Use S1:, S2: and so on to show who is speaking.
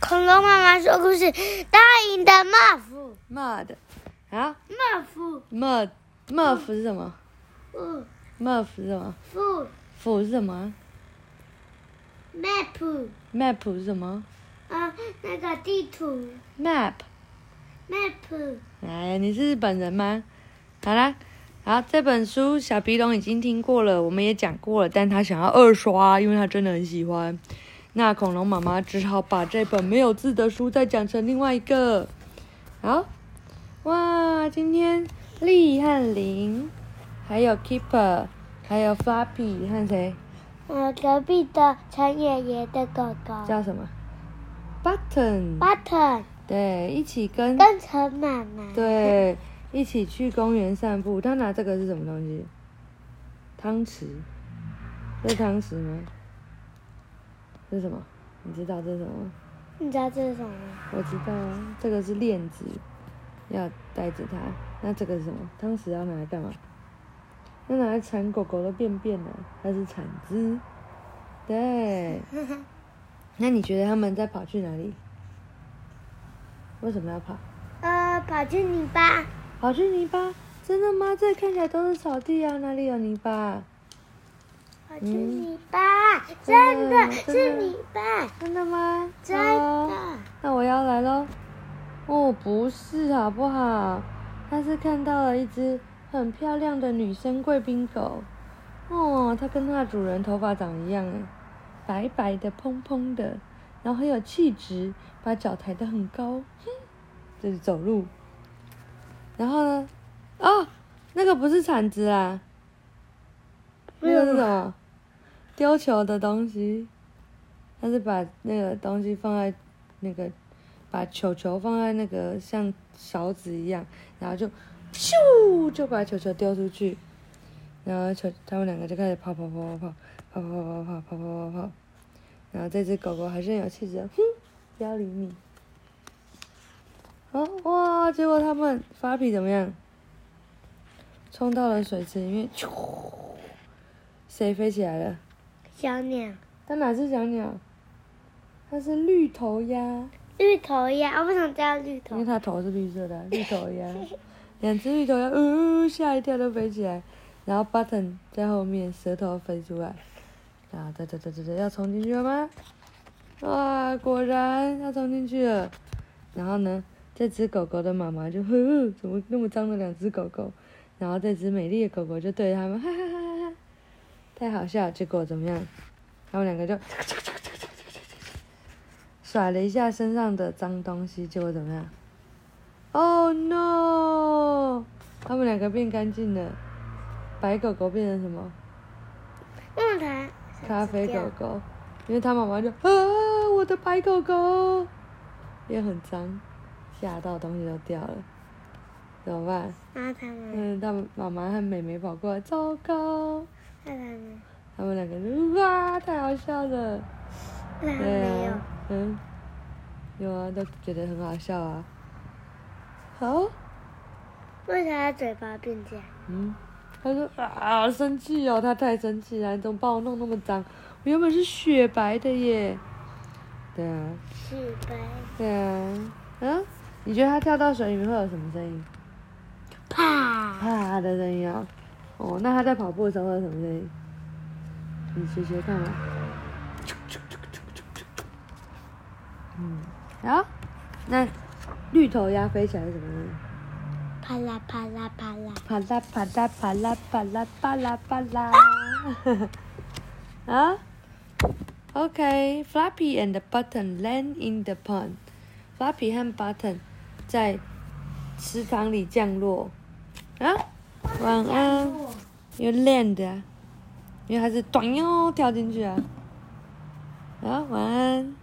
S1: 恐龙妈妈说故事：大鹰的 muff
S2: mud 啊
S1: muff
S2: mud muff 是什么
S1: f
S2: ？muff 是什么
S1: f
S2: ？f 是什么
S1: map
S2: ？map 是什么
S1: 啊，那个地图
S2: ？map
S1: map
S2: 哎，你是日本人吗？好啦，好，这本书小皮龙已经听过了，我们也讲过了，但他想要二刷，因为他真的很喜欢。那恐龙妈妈只好把这本没有字的书再讲成另外一个。好，哇，今天丽和林，还有 Keeper，还有 Flappy 和谁
S1: 呃，隔壁的陈爷爷的狗狗
S2: 叫什么？Button，
S1: Button
S2: 对，一起跟
S1: 跟陈妈妈，
S2: 对，一起去公园散步。他拿这个是什么东西？汤匙，这是汤匙吗？这是什么？你知道这是什么吗？
S1: 你知道这是什么吗？
S2: 我知道啊，这个是链子，要带着它。那这个是什么？汤匙要拿来干嘛？要拿来铲狗狗的便便呢、它是铲子。对。那你觉得他们在跑去哪里？为什么要跑？
S1: 呃，跑去泥巴，
S2: 跑去泥巴？真的吗？这看起来都是草地啊，哪里有泥巴？
S1: 跑去泥巴，真的
S2: 真的
S1: 是泥巴，
S2: 真的吗？
S1: 真
S2: 好
S1: 的。
S2: 那我要来喽。哦，不是，好不好？他是看到了一只很漂亮的女生贵宾狗。哦，它跟它的主人头发长一样哎，白白的、蓬蓬的，然后很有气质，把脚抬得很高，嘿就是走路。然后呢？哦，那个不是铲子啊，那个是什么？丢球的东西。他是把那个东西放在那个，把球球放在那个像勺子一样，然后就咻就把球球丢出去，然后球他们两个就开始跑跑跑跑跑跑跑跑跑跑跑跑跑，然后这只狗狗还是很有气质的，哼，不要理你。哦哇！结果他们发脾怎么样？冲到了水池里面，咻谁飞起来了？
S1: 小鸟，
S2: 它哪是小鸟？它是绿头鸭，
S1: 绿头鸭，我为什么叫绿
S2: 因
S1: 头？
S2: 为它头是绿色的啊，绿头鸭。两只绿头鸭，呜、呃，吓一跳都飞起来，然后 button 在后面，舌头飞出来，然后哒哒哒哒哒，要冲进去了吗？哇，果然要冲进去了。然后呢，这只狗狗的妈妈就，呵，怎么那么脏的两只狗狗？然后这只美丽的狗狗就对他们，哈哈哈哈哈，太好笑了。结果怎么样？他们两个就 甩了一下身上的脏东西，结果怎么样？Oh no！他们两个变干净了，白狗狗变成什么？
S1: 木台，
S2: 咖啡狗狗，因为他妈妈就啊，我的白狗狗也很脏，吓到东西都掉了，怎么办？
S1: 然后他们，
S2: 嗯，他们妈妈和妹妹跑过来，糟糕！
S1: 那他们，
S2: 他们两个就哇，太好笑了。
S1: 那他
S2: 对
S1: 没有
S2: 啊，，嗯，有啊，都觉得很好笑啊。好，
S1: 为啥他嘴巴变这样？
S2: 嗯，他说啊，生气哦，他太生气了，你怎么把我弄那么脏？我原本是雪白的耶。对啊，
S1: 是呗，
S2: 对啊，嗯，你觉得他跳到水里面会有什么声音？
S1: 啪，
S2: 啪的声音啊。哦，那他在跑步的时候会有什么声音？你学学看嘛。嗯，好，那绿头鸭飞起来是什么声音？
S1: 啪啦啪啦啪啦，
S2: 啪啦啪啦啪啦啪啦啪啦啪 啦。啊？OK, Flappy and the Button land in the pond. Flappy 和 Button 在池塘里降落。啊，晚安。因为 land 啊，因为它是短哟跳进去啊。啊，晚安。